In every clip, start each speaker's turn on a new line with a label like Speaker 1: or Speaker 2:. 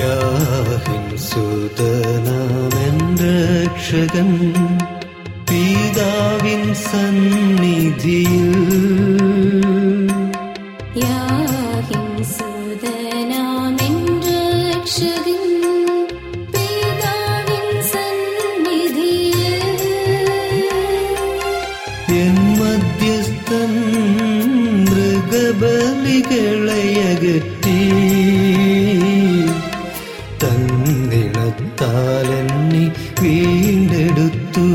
Speaker 1: യാഹിൻ സുതനാമെന്റെ രക്ഷകൻ പിതാവിൻ സന്നിധിയിൽ എൻ മധ്യസ്ഥൻ മൃഗബലികളെ അകറ്റി തന്നിടത്താൽ എന്നെ വീണ്ടെടുത്തു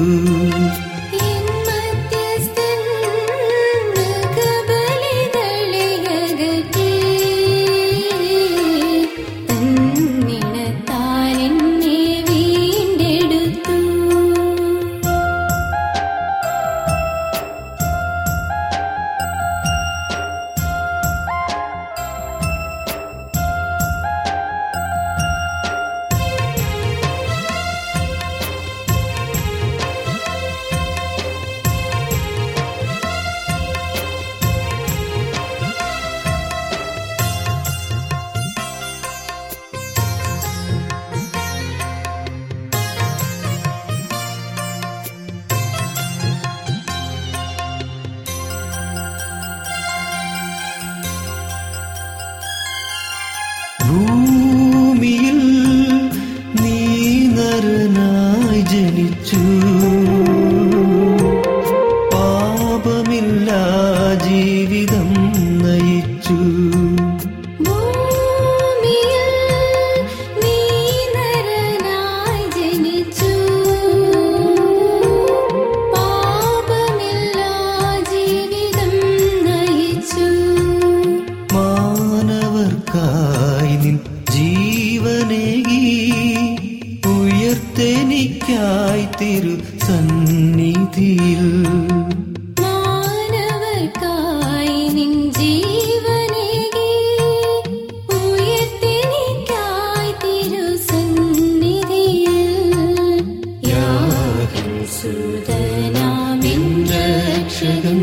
Speaker 1: ഭൂമിയിൽ നീ നരനായി ജനിച്ചു പാപമില്ല ജീവിതം നയിച്ചു മാനവർക്കായി നിൻ ജീവനേകി ഉയർത്തെനിക്കായി തിരു സന്നിധിയിൽ
Speaker 2: മാനവർക്കായി നിൻ ജീവനേകി ഉയർത്തെനിക്കായി തിരുസന്നിധിയിൽ യാഹിൻ സുതനാമിൻ രക്ഷകൻ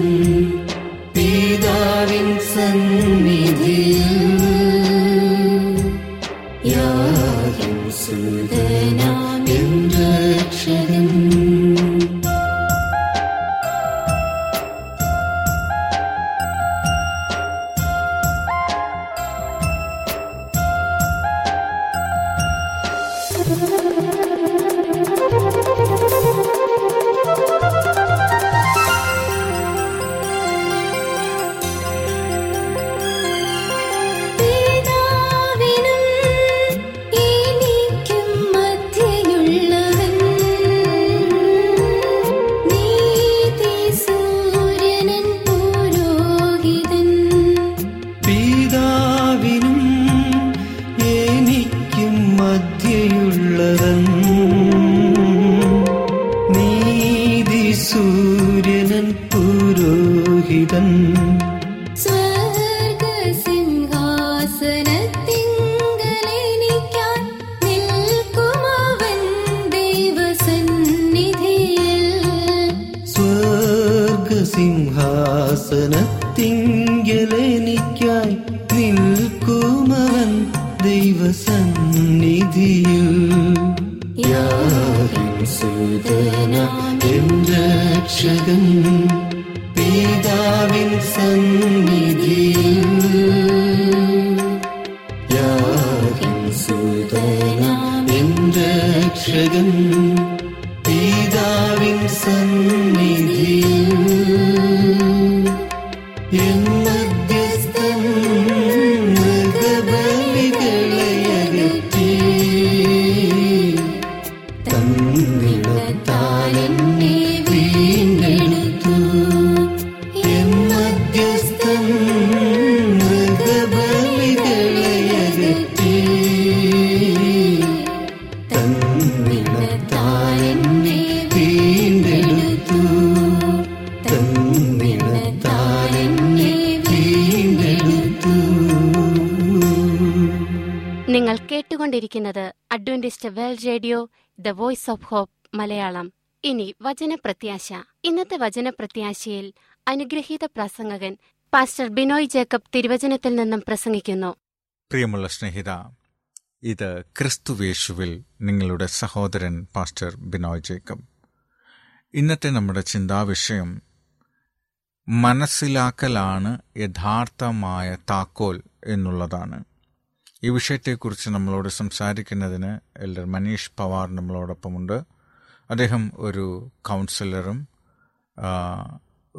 Speaker 1: പിതാവിൻ സന്നിധിയിൽ
Speaker 2: യാഹിൻ സുതനാമിൻ രക്ഷകൻ പിതാവിനും എനിക്കും മധ്യയുള്ളവൻ നീതി സൂര്യനൻ പുരോഹിതൻ
Speaker 1: പിതാവിനും എനിക്കും മധ്യയുള്ളവൻ നീതി സൂര്യനൻ പുരോഹിതൻ
Speaker 2: സ്വർഗസിംഹാസനത്തിങ്കലെനിക്കാൻ നിൽക്കുമവൻ ദൈവസന്നിധിയിൽ
Speaker 1: സ്വർഗസിംഹാസനത്തിങ്കലെനിക്കായി നിൽക്കുമവൻ ദൈവസന്നിധിയിൽ യാഹിൻ സുതന എൻ രക്ഷകൻ പിതാ പിതാവിൻ സന്നിധിയിൽ യാഹിം സുതനാം എൻ്റെ രക്ഷകൻ പിതാവിൻ സന്നിധിയിൽ എൻ മധ്യസ്ഥൻ മൃഗബലികളെ അകറ്റി തന്നിടത്താലെന്നെ വീണ്ടെടുത്തു എൻ മധ്യസ്ഥൻ മൃഗബലികളെ അകറ്റി തന്നിടത്താലെന്നെ വീണ്ടെടുത്തു തന്നിടത്താലെന്നെ വീണ്ടെടുത്തു
Speaker 3: നിങ്ങൾ കേട്ടുകൊണ്ടിരിക്കുന്നത് Adventist world Radio the Voice of Hope Malayalam ഇനി വചനപ്രത്യാശ ഇന്നത്തെ വചനപ്രത്യാശയിൽ അനുഗ്രഹീത പ്രസംഗകൻ പാസ്റ്റർ ബിനോയ് ജേക്കബ് തിരുവചനത്തിൽ നിന്നും പ്രസംഗിക്കുന്നു
Speaker 4: പ്രിയമുള്ള സ്നേഹിത ഇത് ക്രിസ്തുവേശുവിൽ നിങ്ങളുടെ സഹോദരൻ പാസ്റ്റർ ബിനോയ് ജേക്കബ് ഇന്നത്തെ നമ്മുടെ ചിന്താവിഷയം മനസ്സിലാക്കലാണ് യഥാർത്ഥമായ താക്കോൽ എന്നുള്ളതാണ് ഈ വിഷയത്തെക്കുറിച്ച് നമ്മളോട് സംസാരിക്കുന്നതിന് എൽഡർ മനീഷ് പവാർ നമ്മളോടൊപ്പമുണ്ട് അദ്ദേഹം ഒരു കൗൺസിലറും ആ,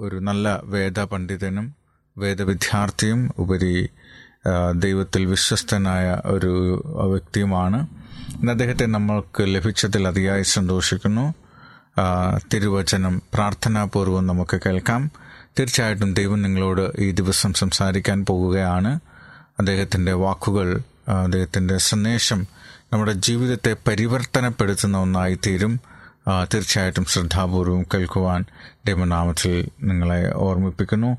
Speaker 4: ഒരു നല്ല വേദപണ്ഡിതനും വേദവിദ്യാർത്ഥിയും ഉപരി ആ, ദൈവത്തിൽ വിശ്വസ്തനായ ഒരു വ്യക്തിയുമാണ് ഇന്ന് അദ്ദേഹത്തെ നമ്മൾക്ക് ലഭിച്ചതിൽ അതിയായി സന്തോഷിക്കുന്നു ആ, തിരുവചനം പ്രാർത്ഥനാപൂർവ്വം നമുക്ക് കേൾക്കാം തീർച്ചയായിട്ടും ദൈവം നിങ്ങളോട് ഈ ദിവസം സംസാരിക്കാൻ പോവുകയാണ് അദ്ദേഹത്തിൻ്റെ വാക്കുകൾ ആ, അദ്ദേഹത്തിൻ്റെ സന്ദേശം നമ്മുടെ ജീവിതത്തെ പരിവർത്തനപ്പെടുത്തുന്ന ഒന്നായി തീരും ആ, തീർച്ചയായിട്ടും ശ്രദ്ധാപൂർവം കേൾക്കുവാൻ ദൈവനാമത്തിൽ നിങ്ങളെ ഓർമ്മിപ്പിക്കുന്നു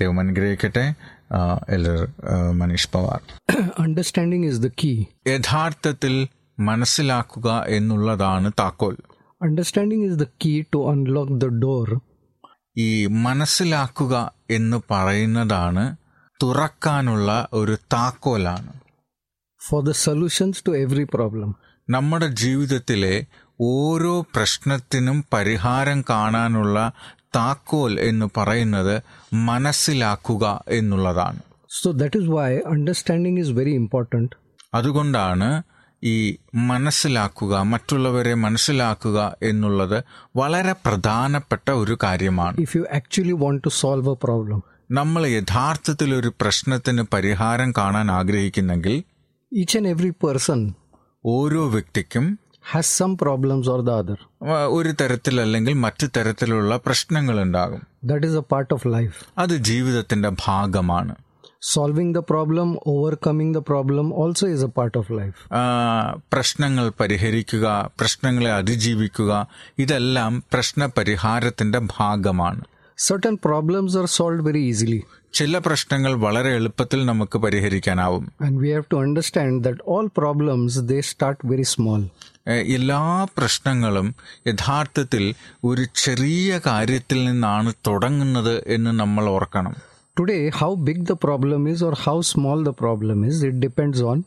Speaker 4: ദൈവം അനുഗ്രഹിക്കട്ടെ ആ, എല്ലർ ആ, Manish Pawar
Speaker 5: understanding is the key
Speaker 4: യഥാർത്ഥത്തിൽ മനസ്സിലാക്കുക എന്നുള്ളതാണ് താക്കോൽ
Speaker 5: understanding is the key to unlock the door
Speaker 4: ഈ മനസ്സിലാക്കുക എന്ന് പറയുന്നതാണ് തുറക്കാനുള്ള ഒരു താക്കോലാണ്
Speaker 5: for the solutions to every problem
Speaker 4: നമ്മുടെ ജീവിതത്തിലെ ഓരോ പ്രശ്നത്തിനും പരിഹാരം കാണാനുള്ള താക്കോൽ എന്ന് പറയുന്നത് മനസ്സിലാക്കുക എന്നുള്ളതാണ്
Speaker 5: so that is why understanding is very important
Speaker 4: അതുകൊണ്ടാണ് ഈ മനസ്സിലാക്കുക മറ്റുള്ളവരെ മനസ്സിലാക്കുക എന്നുള്ളത് വളരെ പ്രധാനപ്പെട്ട ഒരു കാര്യമാണ്
Speaker 5: if you actually want to solve a problem
Speaker 4: നമ്മൾ യഥാർത്ഥത്തിൽ ഒരു പ്രശ്നത്തിന് പരിഹാരം കാണാൻ ആഗ്രഹിക്കുന്നെങ്കിൽ
Speaker 5: each and every person
Speaker 4: ഓരോ വ്യക്തിക്കും
Speaker 5: has some problems or the other
Speaker 4: ആ, ഒരു തരത്തിൽ അല്ലെങ്കിൽ മറ്റു തരത്തിലുള്ള പ്രശ്നങ്ങൾ ഉണ്ടാകും
Speaker 5: that is a part of life
Speaker 4: അത് ജീവിതത്തിന്റെ ഭാഗമാണ്
Speaker 5: solving the problem overcoming the problem also is a part of life
Speaker 4: ആ, പ്രശ്നങ്ങൾ പരിഹരിക്കുക പ്രശ്നങ്ങളെ അതിജീവിക്കുക ഇതെല്ലാം പ്രശ്നപരിഹാരത്തിന്റെ ഭാഗമാണ്
Speaker 5: certain problems are solved very easily
Speaker 4: ചില പ്രശ്നങ്ങൾ വളരെ എളുപ്പത്തിൽ നമുക്ക് പരിഹരിക്കാനാവും
Speaker 5: and we have to understand that all problems they start very small
Speaker 4: ഏ, എല്ലാ പ്രശ്നങ്ങളും യഥാർത്ഥത്തിൽ ഒരു ചെറിയ കാര്യത്തിൽ നിന്നാണ് തുടങ്ങുന്നത് എന്ന് നമ്മൾ ഓർക്കണം
Speaker 5: Today, how big the problem is or how small the problem is, it depends on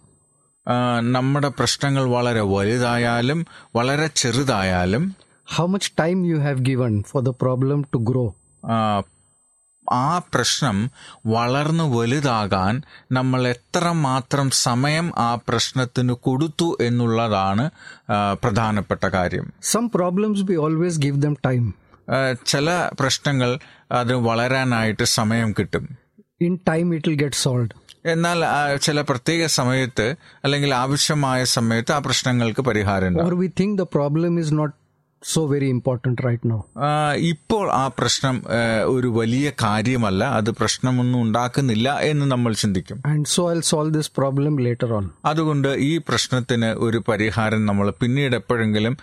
Speaker 4: ആ, നമ്മുടെ പ്രശ്നങ്ങൾ വളരെ വലുതായാലും വളരെ ചെറുതായാലും
Speaker 5: how much time you have given for the problem to grow.
Speaker 4: ആ, ആ പ്രശ്നം വളർന്നു വലുതാകാൻ നമ്മൾ എത്രമാത്രം സമയം ആ പ്രശ്നത്തിന് കൊടുത്തു എന്നുള്ളതാണ് ആ, പ്രധാനപ്പെട്ട കാര്യം
Speaker 5: Some problems we always give them time.
Speaker 4: ആ, ചില പ്രശ്നങ്ങൾ അത് വളരാനായിട്ട് സമയം കിട്ടും
Speaker 5: In time, it will get solved.
Speaker 4: എന്നാൽ ആ, ചില പ്രത്യേക സമയത്ത് അല്ലെങ്കിൽ ആവശ്യമായ സമയത്ത് ആ പ്രശ്നങ്ങൾക്ക് പരിഹാരം ഉണ്ടാകും
Speaker 5: Or we think the problem is not so very important right now.
Speaker 4: ആ, ഇപ്പോൾ ആ പ്രശ്നം ആ, ഒരു വലിയ കാര്യമല്ല അത് പ്രശ്നമൊന്നും ഉണ്ടാക്കുന്നില്ല എന്ന് നമ്മൾ ചിന്തിക്കും
Speaker 5: And so I'll solve this problem later on.
Speaker 4: അതുകൊണ്ട് ഈ പ്രശ്നത്തിന് ഒരു പരിഹാരം നമ്മൾ പിന്നീട് എപ്പോഴെങ്കിലും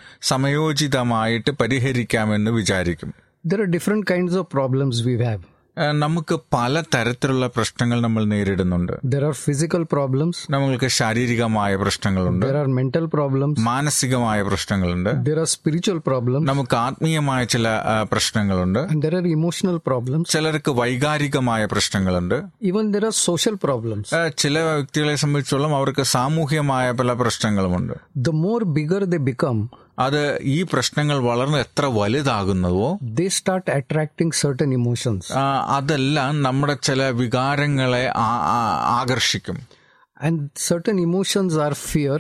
Speaker 4: സമയോചിതമായിട്ട് പരിഹരിക്കാമെന്ന് വിചാരിക്കും
Speaker 5: There are different kinds of problems we have.
Speaker 4: ആ, നമുക്ക് പല തരത്തിലുള്ള പ്രശ്നങ്ങൾ നമ്മൾ നേരിടുന്നുണ്ട്
Speaker 5: There are physical problems,
Speaker 4: നമ്മൾക്ക് ശാരീരികമായ പ്രശ്നങ്ങളുണ്ട്
Speaker 5: there are mental problems,
Speaker 4: മാനസികമായ പ്രശ്നങ്ങളുണ്ട്
Speaker 5: there are spiritual problems,
Speaker 4: നമുക്ക് ആത്മീയമായ ചില ആ, പ്രശ്നങ്ങളുണ്ട്
Speaker 5: and there are emotional problems.
Speaker 4: ചിലർക്ക് വൈകാരികമായ പ്രശ്നങ്ങളുണ്ട്
Speaker 5: Even there are social problems.
Speaker 4: ആ, ചില വ്യക്തികളെ സംബന്ധിച്ചോളം അവർക്ക് സാമൂഹ്യമായ പല പ്രശ്നങ്ങളുമുണ്ട്
Speaker 5: the more bigger they become,
Speaker 4: അത് ഈ പ്രശ്നങ്ങൾ വളർന്ന് എത്ര വലുതാകുന്നതോ
Speaker 5: they start attracting certain emotions.
Speaker 4: ആ, അതെല്ലാം നമ്മുടെ ചില വികാരങ്ങളെ ആ- ആ- ആകർഷിക്കും
Speaker 5: And certain emotions are fear,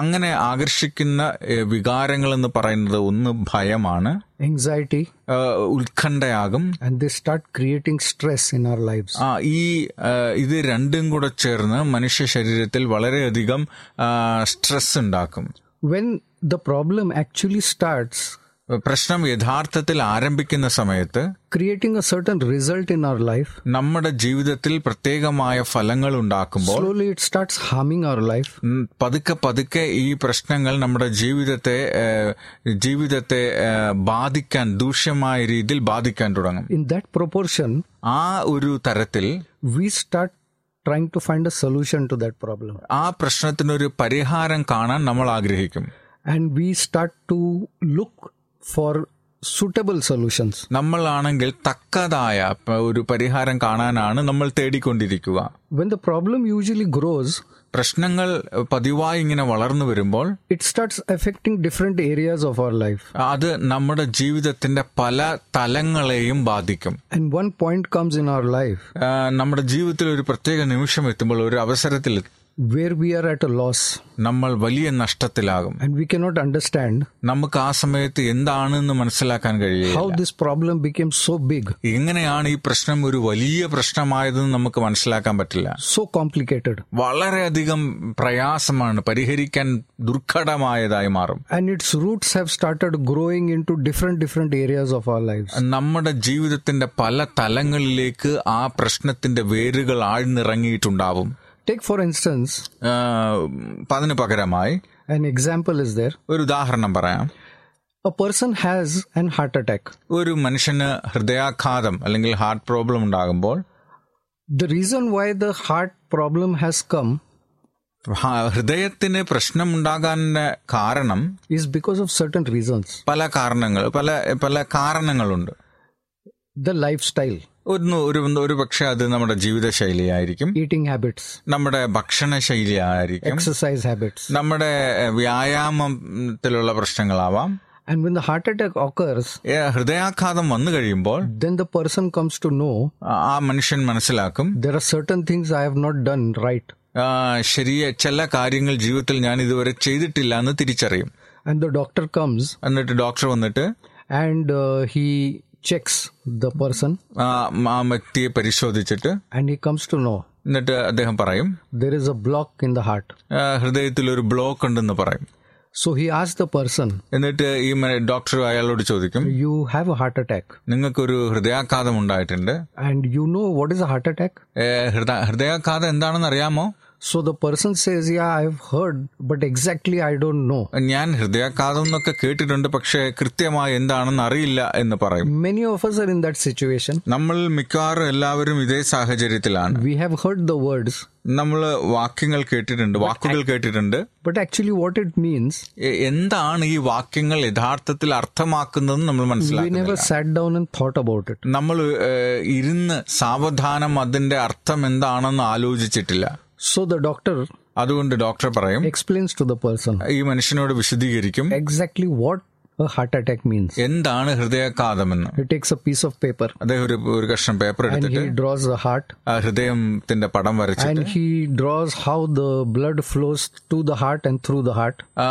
Speaker 4: അങ്ങനെ ആകർഷിക്കുന്ന ഏ, വികാരങ്ങൾ എന്ന് പറയുന്നത് ഒന്ന് ഭയമാണ്
Speaker 5: anxiety,
Speaker 4: ആ, ഉത്കണ്ഠയാകും
Speaker 5: and they start creating stress in our lives.
Speaker 4: ആ ഈ ആ, ഇത് രണ്ടും കൂടെ ചേർന്ന് മനുഷ്യ ശരീരത്തിൽ വളരെയധികം ആ, സ്ട്രെസ് ഉണ്ടാക്കും
Speaker 5: When the problem actually starts
Speaker 4: പ്രശ്നം യഥാർത്ഥത്തിൽ ആരംഭിക്കുന്ന സമയത്ത്
Speaker 5: creating a certain result in our life,
Speaker 4: നമ്മുടെ ജീവിതത്തിൽ പ്രത്യേകമായ ഫലങ്ങൾ ഉണ്ടാക്കുമ്പോൾ
Speaker 5: slowly it starts harming our life.
Speaker 4: ഉം, പതുക്കെ പതുക്കെ ഈ പ്രശ്നങ്ങൾ നമ്മുടെ ജീവിതത്തെ ഏ, ജീവിതത്തെ ഏ, ബാധിക്കാൻ ദൂഷ്യമായ രീതിയിൽ ബാധിക്കാൻ തുടങ്ങും
Speaker 5: In that proportion,
Speaker 4: ആ ഒരു തരത്തിൽ
Speaker 5: we start trying to find a solution to that problem.
Speaker 4: ആ പ്രശ്നത്തിനൊരു പരിഹാരം കാണാൻ നമ്മൾ ആഗ്രഹിക്കും
Speaker 5: And we start to look for suitable solutions.
Speaker 4: നമ്മളാണെങ്കിൽ തക്കതായ പ- ഒരു പരിഹാരം കാണാനാണ് നമ്മൾ തേടിക്കൊണ്ടിരിക്കുക
Speaker 5: When the problem usually grows,
Speaker 4: പ്രശ്നങ്ങൾ പതിവായി ഇങ്ങനെ വളർന്നു വരുമ്പോൾ
Speaker 5: it starts affecting different areas of our life.
Speaker 4: അത് നമ്മുടെ ജീവിതത്തിന്റെ പല തലങ്ങളെയും ബാധിക്കും
Speaker 5: And one point comes in our life
Speaker 4: ആ, നമ്മുടെ ജീവിതത്തിൽ ഒരു പ്രത്യേക നിമിഷം എത്തുമ്പോൾ ഒരു അവസരത്തിൽ
Speaker 5: where we are at a loss
Speaker 4: നമ്മൾ വലിയ നഷ്ടത്തിലാകും
Speaker 5: and we cannot understand
Speaker 4: നമുക്ക് ആ സമയത്ത് എന്താണെന്ന് മനസ്സിലാക്കാൻ കഴിയില്ല
Speaker 5: how this problem became so big,
Speaker 4: എങ്ങനെയാണ് ഈ പ്രശ്നം ഒരു വലിയ പ്രശ്നമായതെന്ന് നമുക്ക് മനസ്സിലാക്കാൻ പറ്റില്ല
Speaker 5: so complicated.
Speaker 4: വളരെയധികം പ്രയാസമാണ് പരിഹരിക്കാൻ ദുർഘടമായതായി മാറും
Speaker 5: And its roots have started growing into different, different areas of our lives.
Speaker 4: നമ്മുടെ ജീവിതത്തിന്റെ പല തലങ്ങളിലേക്ക് ആ പ്രശ്നത്തിന്റെ വേരുകൾ ആഴ്ന്നിറങ്ങിയിട്ടുണ്ടാവും
Speaker 5: Take, for instance,
Speaker 4: ആ, അതിന് പകരമായി
Speaker 5: an example is there.
Speaker 4: ഒരു ഉദാഹരണം പറയാം
Speaker 5: A person has an heart attack.
Speaker 4: ഒരു മനുഷ്യന് ഹൃദയാഘാതം അല്ലെങ്കിൽ ഹാർട്ട് പ്രോബ്ലം ഉണ്ടാകുമ്പോൾ
Speaker 5: The reason why the heart problem has come
Speaker 4: ഹ- ഹൃദയത്തിന് പ്രശ്നമുണ്ടാകാൻ കാരണം
Speaker 5: is because of certain reasons.
Speaker 4: പല കാരണങ്ങൾ പല പല കാരണങ്ങളുണ്ട്
Speaker 5: The lifestyle,
Speaker 4: ഒന്ന് ഒരു ഒരു പക്ഷെ അത് നമ്മുടെ ജീവിതശൈലിയായിരിക്കും
Speaker 5: eating habits,
Speaker 4: നമ്മുടെ ഭക്ഷണ ശൈലിയായിരിക്കും
Speaker 5: exercise habits.
Speaker 4: നമ്മുടെ എഹ്, വ്യായാമത്തിലുള്ള പ്രശ്നങ്ങളാവാം
Speaker 5: And when the heart attack occurs,
Speaker 4: എഹ്, ഹൃദയാഘാതം വന്നു കഴിയുമ്പോൾ
Speaker 5: then the person comes to know
Speaker 4: ആ- ആ മനുഷ്യൻ മനസ്സിലാക്കും
Speaker 5: there are certain things I have not done right.
Speaker 4: ആ, ശരിയ ചില കാര്യങ്ങൾ ജീവിതത്തിൽ ഞാൻ ഇതുവരെ ചെയ്തിട്ടില്ല എന്ന് തിരിച്ചറിയും
Speaker 5: And the doctor comes
Speaker 4: എന്നിട്ട് ഡോക്ടർ വന്നിട്ട്
Speaker 5: and uh, he checks the person
Speaker 4: ആ ആ വ്യക്തിയെ പരിശോധിച്ചിട്ട്
Speaker 5: and he comes to know
Speaker 4: എന്നിട്ട് അദ്ദേഹം പറയും
Speaker 5: there is a block in the heart.
Speaker 4: ആ, ഹൃദയത്തിൽ ഒരു ബ്ലോക്ക് ഉണ്ടെന്ന് പറയും
Speaker 5: So he asks the person,
Speaker 4: എന്നിട്ട് ഈ മ- ഡോക്ടർ അയാളോട് ചോദിക്കും
Speaker 5: You have a heart attack.
Speaker 4: നിങ്ങൾക്കൊരു ഹൃദയാഘാതം ഉണ്ടായിട്ടുണ്ട്
Speaker 5: And you know what is a heart attack?
Speaker 4: ഏ, ഹൃദ- ഹൃദയാഘാതം എന്താണെന്ന് അറിയാമോ
Speaker 5: So the person says, Yeah, I've heard, but exactly I don't know.
Speaker 4: ഞാൻ ഹൃദയാഘാതം എന്നൊക്കെ കേട്ടിട്ടുണ്ട് പക്ഷേ കൃത്യമായി എന്താണെന്ന് അറിയില്ല എന്ന് പറയും
Speaker 5: Many of us are in that situation.
Speaker 4: നമ്മൾ മിക്കവാറും എല്ലാവരും ഇതേ സാഹചര്യത്തിലാണ്
Speaker 5: We have heard the words,
Speaker 4: നമ്മൾ വാക്യങ്ങൾ കേട്ടിട്ടുണ്ട് വാക്കുകൾ കേട്ടിട്ടുണ്ട്
Speaker 5: but actually what it means,
Speaker 4: എ- എന്താണ് ഈ വാക്യങ്ങൾ യഥാർത്ഥത്തിൽ അർത്ഥമാക്കുന്നത് നമ്മൾ
Speaker 5: we never
Speaker 4: മനസ്സിലാക്കുന്നില്ല
Speaker 5: sat down and thought about it.
Speaker 4: നമ്മൾ ഏ, ഇരുന്ന് സാവധാനം അതിന്റെ അർത്ഥം എന്താണെന്ന് ആലോചിച്ചിട്ടില്ല
Speaker 5: So the doctor
Speaker 4: അതുകൊണ്ട് ഡോക്ടർ പറയും
Speaker 5: explains to the person
Speaker 4: ഈ മനുഷ്യനോട് വിശദീകരിക്കും
Speaker 5: exactly what a heart attack means.
Speaker 4: എന്താണ് ഹൃദയാഘാതമെന്ന്
Speaker 5: He takes a piece of paper
Speaker 4: അദ്ദേഹം ഒരു ഒരു കഷ്ണം പേപ്പർ
Speaker 5: and
Speaker 4: എടുത്തിട്ട്
Speaker 5: he draws the heart
Speaker 4: ആ ഹൃദയത്തിന്റെ പടം വരച്ചിട്ട്
Speaker 5: and he draws how the blood flows to the heart and through the heart.
Speaker 4: ആ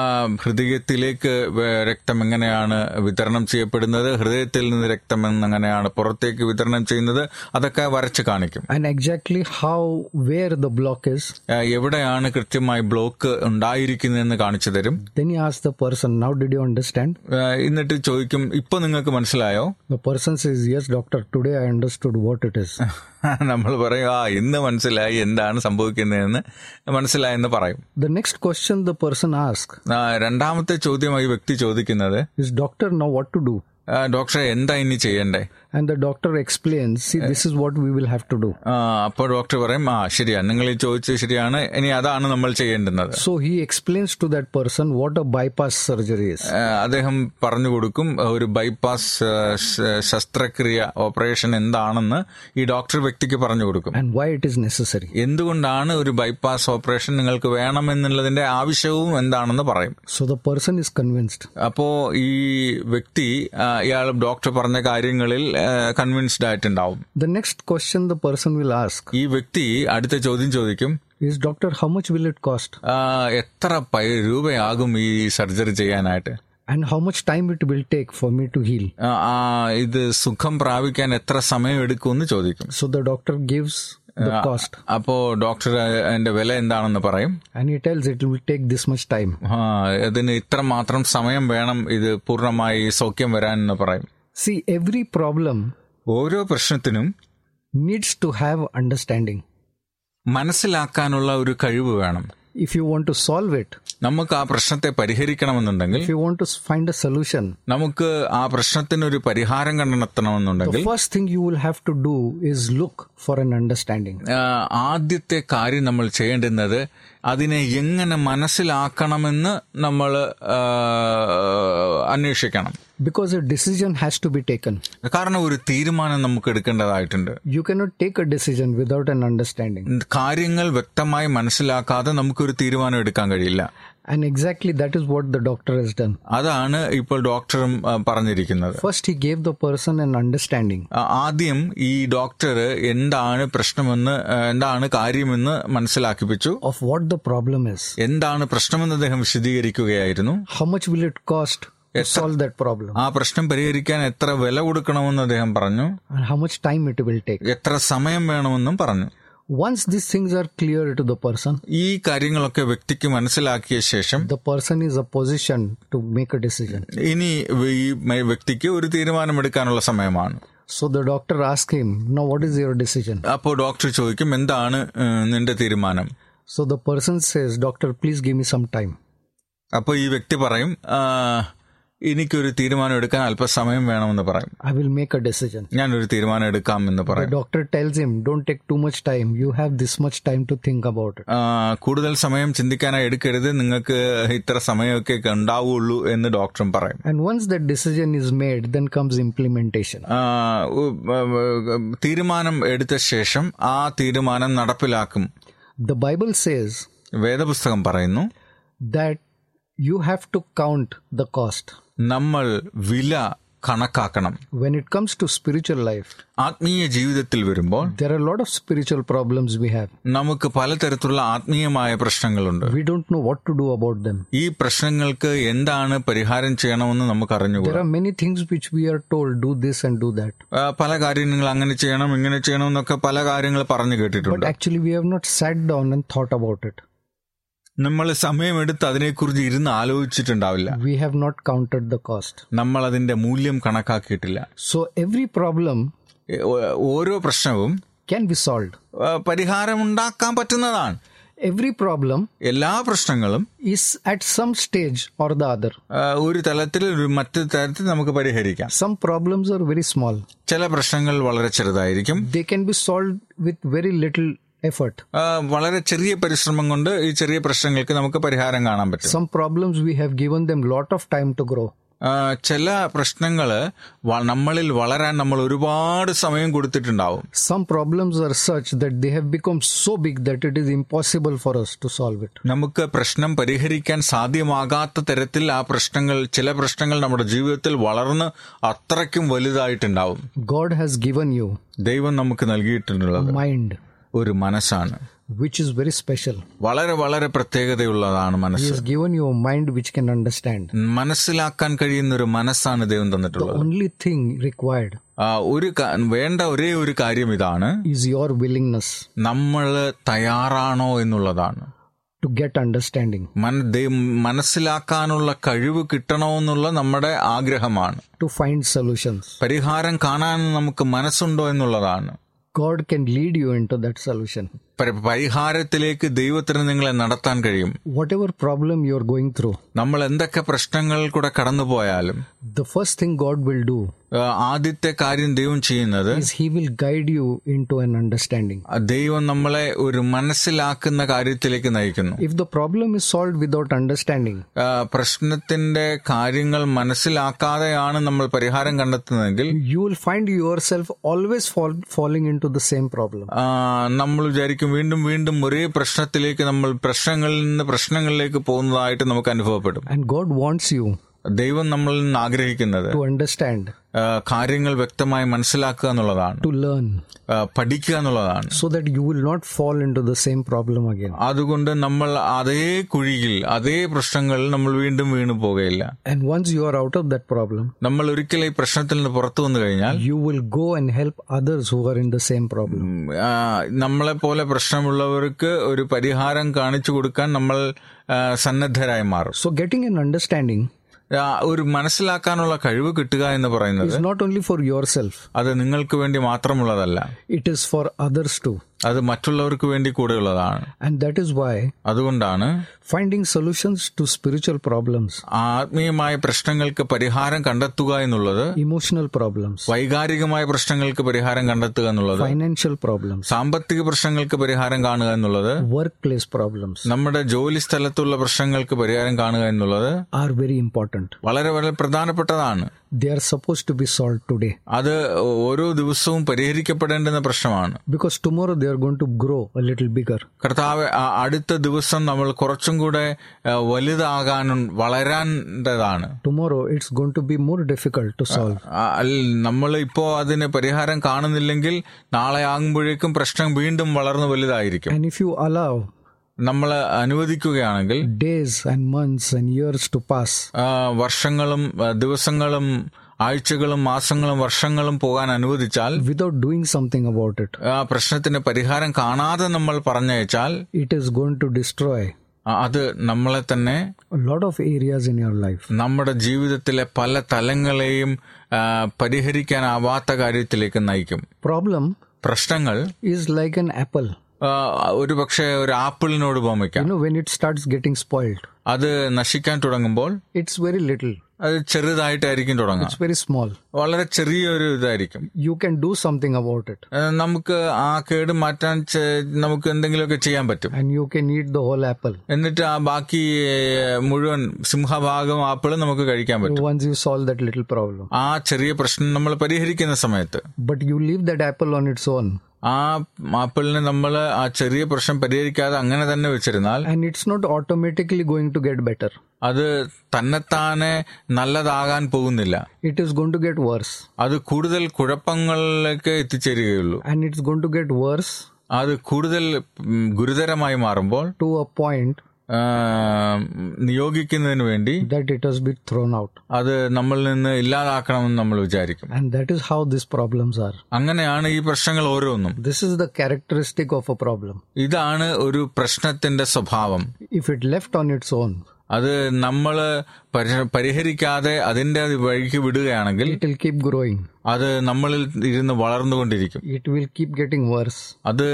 Speaker 4: ഹൃദയത്തിലേക്ക് വേ- രക്തം എങ്ങനെയാണ് വിതരണം ചെയ്യപ്പെടുന്നത് ഹൃദയത്തിൽ നിന്ന് രക്തം എങ്ങനെയാണ് പുറത്തേക്ക് വിതരണം ചെയ്യുന്നത് അതൊക്കെ വരച്ച് കാണിക്കും
Speaker 5: And exactly how, where the block is,
Speaker 4: ആ, എവിടെയാണ് കൃത്യമായി ബ്ലോക്ക് ഉണ്ടായിരിക്കുന്നതെന്ന് കാണിച്ചു തരും
Speaker 5: then he asks the person, Now did you understand?
Speaker 4: ആ, എന്നിട്ട് ചോദിക്കും ഇപ്പൊ നിങ്ങൾക്ക് മനസ്സിലായോ
Speaker 5: The person says, Yes, doctor, today I understood what it is.
Speaker 4: നമ്മൾ പറയും ആ ഇന്ന് മനസ്സിലായി എന്താണ് സംഭവിക്കുന്നതെന്ന് മനസ്സിലായെന്ന് പറയും
Speaker 5: the next question the person asks
Speaker 4: ആ, രണ്ടാമത്തെ ചോദ്യമായി വ്യക്തി ചോദിക്കുന്നത്
Speaker 5: is, Doctor, now what to do?
Speaker 4: ആ, ഡോക്ടറെ എന്താ ഇനി ചെയ്യണ്ടേ
Speaker 5: and the doctor explains, see, this is what we will have to do.
Speaker 4: ആ, അപ്പോൾ ഡോക്ടർ പറയും ആ ശരിയാ നിങ്ങൾ ഈ ചോദിച്ചത് ശരിയാണ് ഇനി അതാണ് നമ്മൾ ചെയ്യേണ്ടുന്നത്
Speaker 5: So he explains to that person what a bypass surgery is.
Speaker 4: ആ, അദ്ദേഹം പറഞ്ഞു കൊടുക്കും ഒരു ബൈപ്പാസ് ആ, ശ- ശസ്ത്രക്രിയ ഓപ്പറേഷൻ എന്താണെന്ന് ഈ ഡോക്ടർ വ്യക്തിക്ക് പറഞ്ഞു കൊടുക്കും
Speaker 5: and why it is necessary.
Speaker 4: എന്തുകൊണ്ടാണ് ഒരു ബൈപ്പാസ് ഓപ്പറേഷൻ നിങ്ങൾക്ക് വേണമെന്നുള്ളതിന്റെ ആവശ്യവും എന്താണെന്ന് പറയും
Speaker 5: So the person is convinced.
Speaker 4: അപ്പോ ഈ വ്യക്തി ആ, ഇയാൾ ഡോക്ടർ പറഞ്ഞ കാര്യങ്ങളിൽ കൺവിൻസ്ഡ് ആയിട്ടുണ്ടാവും
Speaker 5: The next question the person will ask
Speaker 4: ഈ വ്യക്തി അടുത്ത ചോദ്യം ചോദിക്കും
Speaker 5: is, Doctor, how much will it cost?
Speaker 4: ആ, എത്ര പൈ- രൂപയാകും ഈ സർജറി ചെയ്യാനായിട്ട്
Speaker 5: And how much time it will take for me to heal?
Speaker 4: ആ, ആ, ഇത് സുഖം പ്രാപിക്കാൻ എത്ര സമയം എടുക്കും എന്ന് ചോദിക്കും
Speaker 5: So the doctor gives the cost
Speaker 4: അപ്പോ ഡോക്ടർ അതിന്റെ വില എന്താണെന്ന് പറയും
Speaker 5: and he tells it will take this much time.
Speaker 4: ആ, അതിന് ഇത്ര മാത്രം സമയം വേണം ഇത് പൂർണ്ണമായി സൗഖ്യം വരാൻ എന്ന് പറയും
Speaker 5: See, every problem
Speaker 4: ഓരോ പ്രശ്നത്തിനും
Speaker 5: needs to have understanding.
Speaker 4: മനസ്സിലാക്കാനുള്ള ഒരു കഴിവ് വേണം
Speaker 5: If you want to solve it,
Speaker 4: നമുക്ക് ആ പ്രശ്നത്തെ പരിഹരിക്കണമെന്നുണ്ടെങ്കിൽ
Speaker 5: if you want to s- find a solution,
Speaker 4: നമുക്ക് ആ പ്രശ്നത്തിനൊരു പരിഹാരം
Speaker 5: the
Speaker 4: കണ്ടെത്തണമെന്നുണ്ടെങ്കിൽ
Speaker 5: first thing you will have to do is look for an understanding.
Speaker 4: ആ, ആദ്യത്തെ കാര്യം നമ്മൾ ചെയ്യേണ്ടുന്നത് അതിനെ എങ്ങനെ മനസ്സിലാക്കണമെന്ന് നമ്മൾ ആ, അന്വേഷിക്കണം
Speaker 5: Because a decision has to be taken.
Speaker 4: കാരണം ഒരു തീരുമാനം നമുക്ക് എടുക്കേണ്ടതായിട്ടുണ്ട്
Speaker 5: You cannot take a decision without an understanding.
Speaker 4: കാര്യങ്ങൾ വ്യക്തമായി മനസ്സിലാക്കാതെ നമുക്കൊരു തീരുമാനം എടുക്കാൻ കഴിയില്ല
Speaker 5: And exactly that is what the doctor has done.
Speaker 4: അതാണ് ഇപ്പോൾ ഡോക്ടറും ആ, പറഞ്ഞിരിക്കുന്നത്
Speaker 5: First, he gave the person an understanding.
Speaker 4: ആ, ആദ്യം ഈ ഡോക്ടർ എന്താണ് പ്രശ്നമെന്ന് ആ, എന്താണ് കാര്യമെന്ന് മനസ്സിലാക്കിപ്പിച്ചു
Speaker 5: of what the problem is.
Speaker 4: എന്താണ് പ്രശ്നമെന്ന് അദ്ദേഹം വിശദീകരിക്കുകയായിരുന്നു
Speaker 5: How much will it cost to solve that problem?
Speaker 4: ആ പ്രശ്നം പരിഹരിക്കാൻ എത്ര വില കൊടുക്കണമെന്ന് അദ്ദേഹം പറഞ്ഞു
Speaker 5: And how much time it will take?
Speaker 4: എത്ര സമയം വേണമെന്നും പറഞ്ഞു
Speaker 5: Once these things are clear to the person,
Speaker 4: ഈ കാര്യങ്ങളൊക്കെ വ്യക്തിക്ക് മനസ്സിലാക്കിയ ശേഷം
Speaker 5: the person is a position to make a decision.
Speaker 4: ഇനി ഈ വ്യക്തിക്ക് ഒരു തീരുമാനമെടുക്കാനുള്ള സമയമാണ്
Speaker 5: So the doctor asks him, Now what is your decision?
Speaker 4: അപ്പോൾ ഡോക്ടർ ചോദിക്കും എന്താണ് ഏഹ്, നിന്റെ തീരുമാനം
Speaker 5: So the person says, Doctor, please give me some time.
Speaker 4: അപ്പോൾ ഈ വ്യക്തി പറയും "ആ, എനിക്കൊരു തീരുമാനം എടുക്കാൻ അല്പസമയം വേണമെന്ന് പറയും
Speaker 5: I will make a decision.
Speaker 4: ഞാനൊരു തീരുമാനം എടുക്കാമെന്ന്
Speaker 5: The
Speaker 4: പറയും
Speaker 5: doctor tells him, Don't take too much time. You have this much time to think about it.
Speaker 4: ആ, കൂടുതൽ സമയം ചിന്തിക്കാനായി എടുക്കരുത് നിങ്ങൾക്ക് ഇത്ര സമയമൊക്കെ ഉണ്ടാവുള്ളൂ എന്ന് ഡോക്ടറും പറയും
Speaker 5: And once that decision is made, then comes implementation.
Speaker 4: ആ, ഉ- ഉം, ഉം, തീരുമാനം എടുത്ത ശേഷം ആ തീരുമാനം നടപ്പിലാക്കും
Speaker 5: The Bible says
Speaker 4: വേദപുസ്തകം പറയുന്നു
Speaker 5: that you have to count the cost.
Speaker 4: നമ്മൾ വില കണക്കാക്കണം
Speaker 5: When it comes to spiritual life,
Speaker 4: ആത്മീയ ജീവിതത്തിൽ വരുമ്പോൾ
Speaker 5: there are a lot of spiritual problems we have.
Speaker 4: നമുക്ക് പലതരത്തിലുള്ള ആത്മീയമായ പ്രശ്നങ്ങളുണ്ട്
Speaker 5: We don't know what to do about them.
Speaker 4: ഈ പ്രശ്നങ്ങൾക്ക് എന്താണ് പരിഹാരം ചെയ്യണമെന്ന് നമുക്ക്
Speaker 5: There
Speaker 4: അറിഞ്ഞുകൂടാ
Speaker 5: are many things which we are told do this and do that.
Speaker 4: ആ, പല കാര്യങ്ങൾ അങ്ങനെ ചെയ്യണം ഇങ്ങനെ ചെയ്യണം എന്നൊക്കെ പല കാര്യങ്ങൾ പറഞ്ഞു
Speaker 5: But
Speaker 4: കേട്ടിട്ടുണ്ട്
Speaker 5: actually, we have not sat down and thought about it.
Speaker 4: നമ്മൾ സമയമെടുത്ത് അതിനെക്കുറിച്ച് ഇരുന്ന് ആലോചിച്ചിട്ടുണ്ടാവില്ല
Speaker 5: We have not counted the cost.
Speaker 4: നമ്മൾ അതിന്റെ മൂല്യം കണക്കാക്കിയിട്ടില്ല
Speaker 5: So, every problem
Speaker 4: ഏ, ഓ- ഓരോ പ്രശ്നവും
Speaker 5: can be solved.
Speaker 4: ആ, പരിഹാരമുണ്ടാക്കാൻ പറ്റുന്നതാണ്
Speaker 5: Every problem
Speaker 4: എല്ലാ പ്രശ്നങ്ങളും
Speaker 5: is at some stage or the other.
Speaker 4: ആ, ഒരു തലത്തിൽ ഒരു മറ്റു തരത്തിൽ നമുക്ക് പരിഹരിക്കാം
Speaker 5: Some problems are very small,
Speaker 4: ചില പ്രശ്നങ്ങൾ വളരെ ചെറുതായിരിക്കും
Speaker 5: they can be solved with very little effort.
Speaker 4: ആ, വളരെ ചെറിയ പരിശ്രമം കൊണ്ട് ഈ ചെറിയ പ്രശ്നങ്ങൾക്ക് നമുക്ക് പരിഹാരം കാണാൻ പറ്റും
Speaker 5: some problems we have given them lot of time to grow
Speaker 4: ആ, ചില പ്രശ്നങ്ങൾ നമ്മളിൽ വളരാൻ നമ്മൾ ഒരുപാട് സമയം കൊടുത്തിട്ടുണ്ടാവും
Speaker 5: some problems are such that they have become so big that it is impossible for us to solve it
Speaker 4: നമുക്ക് പ്രശ്നം പരിഹരിക്കാൻ സാധ്യമാകാത്ത തരത്തിൽ ആ പ്രശ്നങ്ങൾ ചില പ്രശ്നങ്ങൾ നമ്മുടെ ജീവിതത്തിൽ വളർന്ന് അത്രയ്ക്കും വലുതായിട്ടുണ്ടാവും
Speaker 5: god has given you
Speaker 4: ദൈവം നമുക്ക് നൽകിയിട്ടുള്ളത്
Speaker 5: mind
Speaker 4: ഒരു മനസ്സാണ്
Speaker 5: which is very special
Speaker 4: വളരെ വളരെ പ്രത്യേകതയുള്ളതാണ്
Speaker 5: he
Speaker 4: മനസ്സ്
Speaker 5: has given you a mind which can understand
Speaker 4: മനസ്സിലാക്കാൻ കഴിയുന്ന ഒരു മനസ്സാണ് ദൈവം തന്നിട്ടുള്ളത്
Speaker 5: only thing required
Speaker 4: ആ, ഒരു ക- വേണ്ട ഒരേ ഒരു കാര്യം ഇതാണ്
Speaker 5: is your willingness
Speaker 4: നമ്മൾ തയ്യാറാണോ എന്നുള്ളതാണ്
Speaker 5: to get understanding
Speaker 4: മന- ദൈ- മനസ്സിലാക്കാനുള്ള കഴിവ് കിട്ടണമെന്നുള്ള നമ്മുടെ ആഗ്രഹമാണ്
Speaker 5: to find solutions
Speaker 4: പരിഹാരം കാണാൻ നമുക്ക് മനസ്സുണ്ടോ എന്നുള്ളതാണ്
Speaker 5: god can lead you into that solution
Speaker 4: പരി- പരിഹാരത്തിലേക്ക് ദൈവത്തിന് നിങ്ങളെ നടത്താൻ കഴിയും
Speaker 5: Whatever problem you are going through,
Speaker 4: നമ്മൾ എന്തൊക്കെ പ്രശ്നങ്ങൾ കൂടെ കടന്നുപോയാലും
Speaker 5: the first thing God will do
Speaker 4: ആ, ആദ്യത്തെ കാര്യം ദൈവം ചെയ്യുന്നത്
Speaker 5: is He will guide you into an understanding.
Speaker 4: ആ ദൈവം നമ്മളെ ഒരു മനസ്സിലാക്കുന്ന കാര്യത്തിലേക്ക് നയിക്കുന്നു
Speaker 5: If the problem is solved without understanding,
Speaker 4: ആ, പ്രശ്നത്തിന്റെ കാര്യങ്ങൾ മനസ്സിലാക്കാതെയാണ് നമ്മൾ പരിഹാരം കണ്ടെത്തുന്നതെങ്കിൽ
Speaker 5: you will find yourself always fall, falling into the same problem.
Speaker 4: ആ, നമ്മൾ വിചാരിക്കും വീണ്ടും വീണ്ടും ഒരേ പ്രശ്നത്തിലേക്ക് നമ്മൾ പ്രശ്നങ്ങളിൽ നിന്ന് പ്രശ്നങ്ങളിലേക്ക് പോകുന്നതായിട്ട് നമുക്ക് അനുഭവപ്പെടും
Speaker 5: And God wants you
Speaker 4: ദൈവം നമ്മളിൽ നിന്ന് ആഗ്രഹിക്കുന്നത്
Speaker 5: to understand,
Speaker 4: ആ, കാര്യങ്ങൾ വ്യക്തമായി മനസ്സിലാക്കുക എന്നുള്ളതാണ്
Speaker 5: to learn,
Speaker 4: ആ, പഠിക്കുക എന്നുള്ളതാണ്
Speaker 5: so that you will not fall into the same problem again.
Speaker 4: അതുകൊണ്ട് നമ്മൾ അതേ കുഴിയിൽ അതേ പ്രശ്നങ്ങളിൽ നമ്മൾ വീണ്ടും വീണു പോകുകയില്ല
Speaker 5: And once you are out of that problem,
Speaker 4: നമ്മൾ ഒരിക്കലും ഈ പ്രശ്നത്തിൽ നിന്ന് പുറത്തു വന്നു കഴിഞ്ഞാൽ
Speaker 5: you will go and help others who are in the same problem.
Speaker 4: ആ, നമ്മളെ പോലെ പ്രശ്നമുള്ളവർക്ക് ഒരു പരിഹാരം കാണിച്ചു കൊടുക്കാൻ നമ്മൾ ആ, സന്നദ്ധരായി മാറും
Speaker 5: So, getting an understanding
Speaker 4: ആ, ഒരു മനസ്സിലാക്കാനുള്ള കഴിവ് കിട്ടുക എന്ന് പറയുന്നത്
Speaker 5: is not only for yourself,
Speaker 4: അത് നിങ്ങൾക്ക് വേണ്ടി മാത്രമുള്ളതല്ല
Speaker 5: it is for others too.
Speaker 4: അത് മറ്റുള്ളവർക്ക് വേണ്ടി കൂടെയുള്ളതാണ്
Speaker 5: And that is why
Speaker 4: അതുകൊണ്ടാണ്
Speaker 5: finding solutions to spiritual problems,
Speaker 4: ആത്മീയമായ പ്രശ്നങ്ങൾക്ക് പരിഹാരം കണ്ടെത്തുക എന്നുള്ളത്
Speaker 5: emotional problems,
Speaker 4: വൈകാരികമായ പ്രശ്നങ്ങൾക്ക് പരിഹാരം കണ്ടെത്തുക എന്നുള്ളത്
Speaker 5: financial problems,
Speaker 4: സാമ്പത്തിക പ്രശ്നങ്ങൾക്ക് പരിഹാരം കാണുക എന്നുള്ളത്
Speaker 5: workplace problems
Speaker 4: നമ്മുടെ ജോലി സ്ഥലത്തുള്ള പ്രശ്നങ്ങൾക്ക് പരിഹാരം കാണുക എന്നുള്ളത്
Speaker 5: are very important.
Speaker 4: വളരെ വളരെ പ്രധാനപ്പെട്ടതാണ്
Speaker 5: They are supposed to be solved today
Speaker 4: അത് ഓരോ ദിവസവും പരിഹരിക്കപ്പെടേണ്ടുന്ന പ്രശ്നമാണ്
Speaker 5: because tomorrow they are going to grow a little bigger.
Speaker 4: കർത്താവ് ആ- അടുത്ത ദിവസം നമ്മൾ കുറച്ചും കൂടെ ആ, വലുതാകാനും വളരേണ്ടതാണ്
Speaker 5: Tomorrow it's going to be more difficult to solve.
Speaker 4: നമ്മൾ ഇപ്പോ അതിന് പരിഹാരം കാണുന്നില്ലെങ്കിൽ നാളെ ആകുമ്പോഴേക്കും പ്രശ്നം വീണ്ടും വളർന്നു വലുതായിരിക്കും
Speaker 5: And if you allow
Speaker 4: നമ്മൾ അനുവദിക്കുകയാണെങ്കിൽ
Speaker 5: days and months and years to pass,
Speaker 4: ആ, വർഷങ്ങളും ആ, ദിവസങ്ങളും ആഴ്ചകളും മാസങ്ങളും വർഷങ്ങളും പോകാൻ അനുവദിച്ചാൽ
Speaker 5: without doing something about it,
Speaker 4: ആ പ്രശ്നത്തിന് പരിഹാരം കാണാതെ നമ്മൾ പറഞ്ഞയച്ചാൽ
Speaker 5: it is going to destroy
Speaker 4: ആ, അത് നമ്മളെ തന്നെ
Speaker 5: a lot of areas in your life.
Speaker 4: നമ്മുടെ ജീവിതത്തിലെ പല തലങ്ങളെയും ആ, പരിഹരിക്കാനാവാത്ത കാര്യത്തിലേക്ക് നയിക്കും
Speaker 5: Problem
Speaker 4: പ്രശ്നങ്ങൾ
Speaker 5: is like an apple.
Speaker 4: ആ, ഒരു പക്ഷേ ഒരു ആപ്പിളിനോട്
Speaker 5: You
Speaker 4: ഉപമിക്കാം
Speaker 5: know, when it starts getting spoiled,
Speaker 4: അത് നശിക്കാൻ തുടങ്ങുമ്പോൾ
Speaker 5: it's very little,
Speaker 4: അത് ചെറുതായിട്ടായിരിക്കും തുടങ്ങുക
Speaker 5: it's very small.
Speaker 4: വളരെ ചെറിയൊരു ഇതായിരിക്കും
Speaker 5: You can do something about it
Speaker 4: ആ, നമുക്ക് ആ കേട് മാറ്റാൻ ചെ- നമുക്ക് എന്തെങ്കിലുമൊക്കെ ചെയ്യാൻ പറ്റും
Speaker 5: and you can eat the whole apple.
Speaker 4: എന്നിട്ട് ആ ബാക്കി ഏ, മുഴുവൻ സിംഹഭാഗം ആപ്പിളും നമുക്ക് കഴിക്കാൻ പറ്റും
Speaker 5: Once you solve that little problem,
Speaker 4: ആ ചെറിയ പ്രശ്നം നമ്മൾ പരിഹരിക്കുന്ന സമയത്ത്
Speaker 5: but you leave that apple on its own
Speaker 4: ആ ആപ്പിളിനെ നമ്മൾ ആ ചെറിയ പ്രശ്നം പരിഹരിക്കാതെ അങ്ങനെ തന്നെ വെച്ചിരുന്നാൽ
Speaker 5: and it's not automatically going to get better,
Speaker 4: അത് തന്നെത്താനെ നല്ലതാകാൻ പോകുന്നില്ല
Speaker 5: it is going to get worse
Speaker 4: അത് കൂടുതൽ കുഴപ്പങ്ങളിലേക്ക് എത്തിച്ചേരുകയുള്ളൂ
Speaker 5: and it's going to get worse
Speaker 4: അത് കൂടുതൽ ഉം, ഗുരുതരമായി മാറുമ്പോൾ
Speaker 5: to a point
Speaker 4: ആ, നിയോഗിക്കുന്നതിന് വേണ്ടി
Speaker 5: that it has been thrown out.
Speaker 4: അത് നമ്മളിൽ നിന്ന് ഇല്ലാതാക്കണമെന്ന് നമ്മൾ വിചാരിക്കും
Speaker 5: And that is how these problems are.
Speaker 4: അങ്ങനെയാണ് ഈ പ്രശ്നങ്ങൾ ഓരോന്നും
Speaker 5: This is the characteristic of a problem.
Speaker 4: ഇതാണ് ഒരു പ്രശ്നത്തിന്റെ സ്വഭാവം
Speaker 5: If it left on its own,
Speaker 4: അത് നമ്മൾ പരിഹരിക്കാതെ അതിന്റെ വഴിക്ക് വിടുകയാണെങ്കിൽ
Speaker 5: it will keep growing,
Speaker 4: അത് നമ്മളിൽ ഇരുന്ന് വളർന്നുകൊണ്ടിരിക്കും
Speaker 5: it will keep getting worse.
Speaker 4: അത്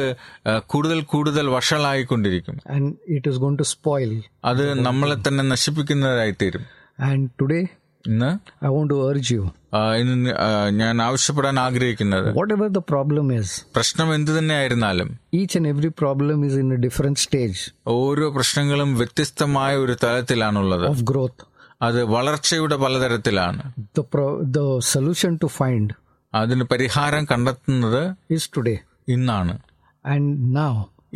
Speaker 4: ഏഹ്, കൂടുതൽ കൂടുതൽ വഷളായിക്കൊണ്ടിരിക്കും
Speaker 5: and it is going to spoil.
Speaker 4: അത് നമ്മളെ തന്നെ നശിപ്പിക്കുന്നതായിത്തീരും
Speaker 5: And today,
Speaker 4: ഇന്ന്
Speaker 5: I want to urge you
Speaker 4: ആ, ഇന്ന് നി- ആ, ഞാൻ ആവശ്യപ്പെടാൻ ആഗ്രഹിക്കുന്നത്
Speaker 5: whatever the problem is,
Speaker 4: പ്രശ്നം എന്തു തന്നെയായിരുന്നാലും
Speaker 5: each and every problem is in a different stage
Speaker 4: ഓരോ പ്രശ്നങ്ങളും വ്യത്യസ്തമായ ഒരു തലത്തിലാണുള്ളത്
Speaker 5: of growth.
Speaker 4: അത് വളർച്ചയുടെ പലതരത്തിലാണ്
Speaker 5: The, pro- the solution to find
Speaker 4: അതിന് പരിഹാരം കണ്ടെത്തുന്നത്
Speaker 5: is today.
Speaker 4: ഇന്നാണ്
Speaker 5: And now,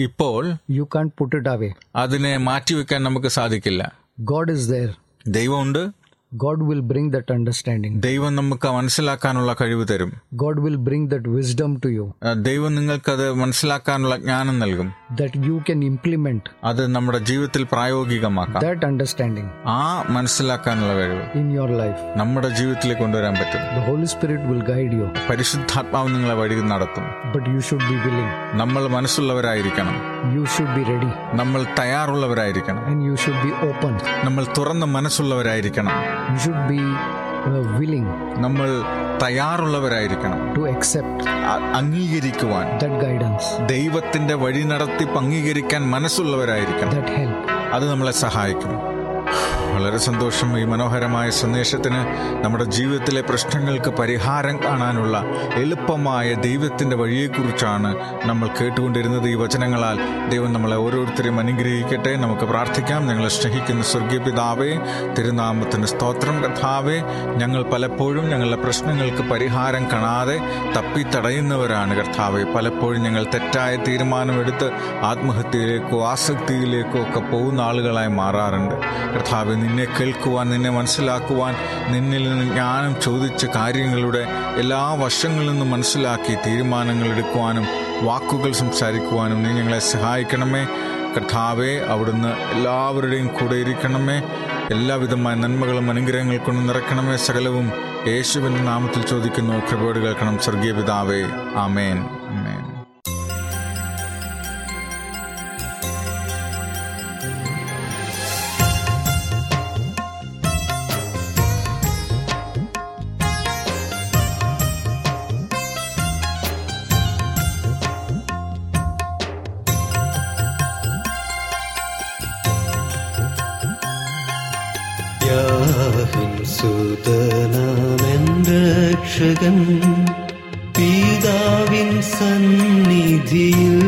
Speaker 4: ഇപ്പോൾ
Speaker 5: you can't put it away.
Speaker 4: അതിനെ മാറ്റിവെക്കാൻ നമുക്ക് സാധിക്കില്ല
Speaker 5: God is there.
Speaker 4: ദൈവമുണ്ട്
Speaker 5: God will bring that understanding.
Speaker 4: ദൈവം നമുക്ക് മനസ്സിലാക്കാനുള്ള കഴിവ് തരും
Speaker 5: God will bring that wisdom to you
Speaker 4: ആ, ദൈവം നിങ്ങൾക്കത് മനസ്സിലാക്കാനുള്ള ജ്ഞാനം നൽകും
Speaker 5: that you can implement
Speaker 4: അത് നമ്മുടെ ജീവിതത്തിൽ പ്രായോഗികമാക്കാം
Speaker 5: that understanding
Speaker 4: ആ മനസ്സിലാക്കാനുള്ള കഴിവ്
Speaker 5: in your life.
Speaker 4: നമ്മുടെ ജീവിതത്തിലേക്ക് കൊണ്ടുവരാൻ പറ്റും
Speaker 5: The Holy Spirit will guide you,
Speaker 4: പരിശുദ്ധാത്മാവ് നിങ്ങളെ വഴി നടത്തും
Speaker 5: but you should be willing.
Speaker 4: നമ്മൾ മനസ്സുള്ളവരായിരിക്കണം
Speaker 5: You should be ready
Speaker 4: നമ്മൾ തയ്യാറുള്ളവരായിരിക്കണം
Speaker 5: and you should be open.
Speaker 4: നമ്മൾ തുറന്ന മനസ്സുള്ളവരായിരിക്കണം
Speaker 5: You should be uh, willing
Speaker 4: നമ്മൾ തയ്യാറുള്ളവരായിരിക്കണം
Speaker 5: to accept
Speaker 4: uh- അംഗീകരിക്കുവാൻ
Speaker 5: that guidance,
Speaker 4: ദൈവത്തിന്റെ വഴി നടത്തിപ്പ് അംഗീകരിക്കാൻ മനസ്സുള്ളവരായിരിക്കണം
Speaker 5: that help.
Speaker 4: അത് നമ്മളെ സഹായിക്കും വളരെ സന്തോഷം ഈ മനോഹരമായ സന്ദേശത്തിന് നമ്മുടെ ജീവിതത്തിലെ പ്രശ്നങ്ങൾക്ക് പരിഹാരം കാണാനുള്ള എളുപ്പമായ ദൈവത്തിൻ്റെ വഴിയെക്കുറിച്ചാണ് നമ്മൾ കേട്ടുകൊണ്ടിരുന്നത് ഈ വചനങ്ങളാൽ ദൈവം നമ്മളെ ഓരോരുത്തരെയും അനുഗ്രഹിക്കട്ടെ നമുക്ക് പ്രാർത്ഥിക്കാം ഞങ്ങളെ സ്നേഹിക്കുന്ന സ്വർഗീയ പിതാവേ തിരുനാമത്തിന് സ്തോത്രം കഥാവേ ഞങ്ങൾ പലപ്പോഴും ഞങ്ങളുടെ പ്രശ്നങ്ങൾക്ക് പരിഹാരം കാണാതെ തപ്പി തടയുന്നവരാണ് കർത്താവെ പലപ്പോഴും ഞങ്ങൾ തെറ്റായ തീരുമാനമെടുത്ത് ആത്മഹത്യയിലേക്കോ ആസക്തിയിലേക്കോ ഒക്കെ പോകുന്ന ആളുകളായി മാറാറുണ്ട് കർത്താവെ നിന്നെ കേൾക്കുവാൻ നിന്നെ മനസ്സിലാക്കുവാൻ നിന്നിൽ നിന്ന് ജ്ഞാനം ചോദിച്ച കാര്യങ്ങളുടെ എല്ലാ വശങ്ങളിൽ നിന്നും മനസ്സിലാക്കി തീരുമാനങ്ങൾ എടുക്കുവാനും വാക്കുകൾ സംസാരിക്കുവാനും നീ ഞങ്ങളെ സഹായിക്കണമേ കർത്താവെ അവിടുന്ന് എല്ലാവരുടെയും കൂടെ ഇരിക്കണമേ എല്ലാവിധമായ നന്മകളും അനുഗ്രഹങ്ങൾ കൊണ്ട് നിറക്കണമേ സകലവും യേശുവിൻ്റെ നാമത്തിൽ ചോദിക്കുന്നു കൃപയോട് കേൾക്കണം സ്വർഗീയ പിതാവേ ആമേൻ ആമേൻ
Speaker 6: യാവഹം സുതനാമെന്തക്ഷകൻ പീതാവിൻ സന്നിധിയിൽ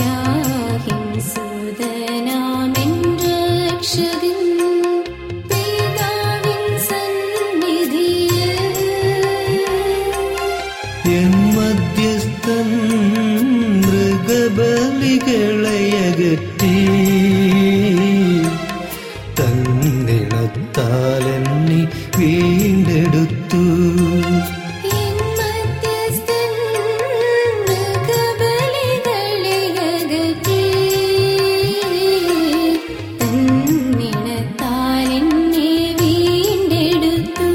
Speaker 2: യാഹിം സുതനാമിൻ രക്ഷകൻ പിതാവിൻ സന്നിധിയിൽ
Speaker 6: എൻ മധ്യസ്ഥൻ മൃഗബലികളയകറ്റി തന്നിണത്താലെന്നി വീണ്ടെടുത്തു
Speaker 2: എൻ മധ്യസ്ഥൻ മൃഗബലികളയകറ്റി തന്നിണത്താൽ എന്നെ വീണ്ടെടുത്തു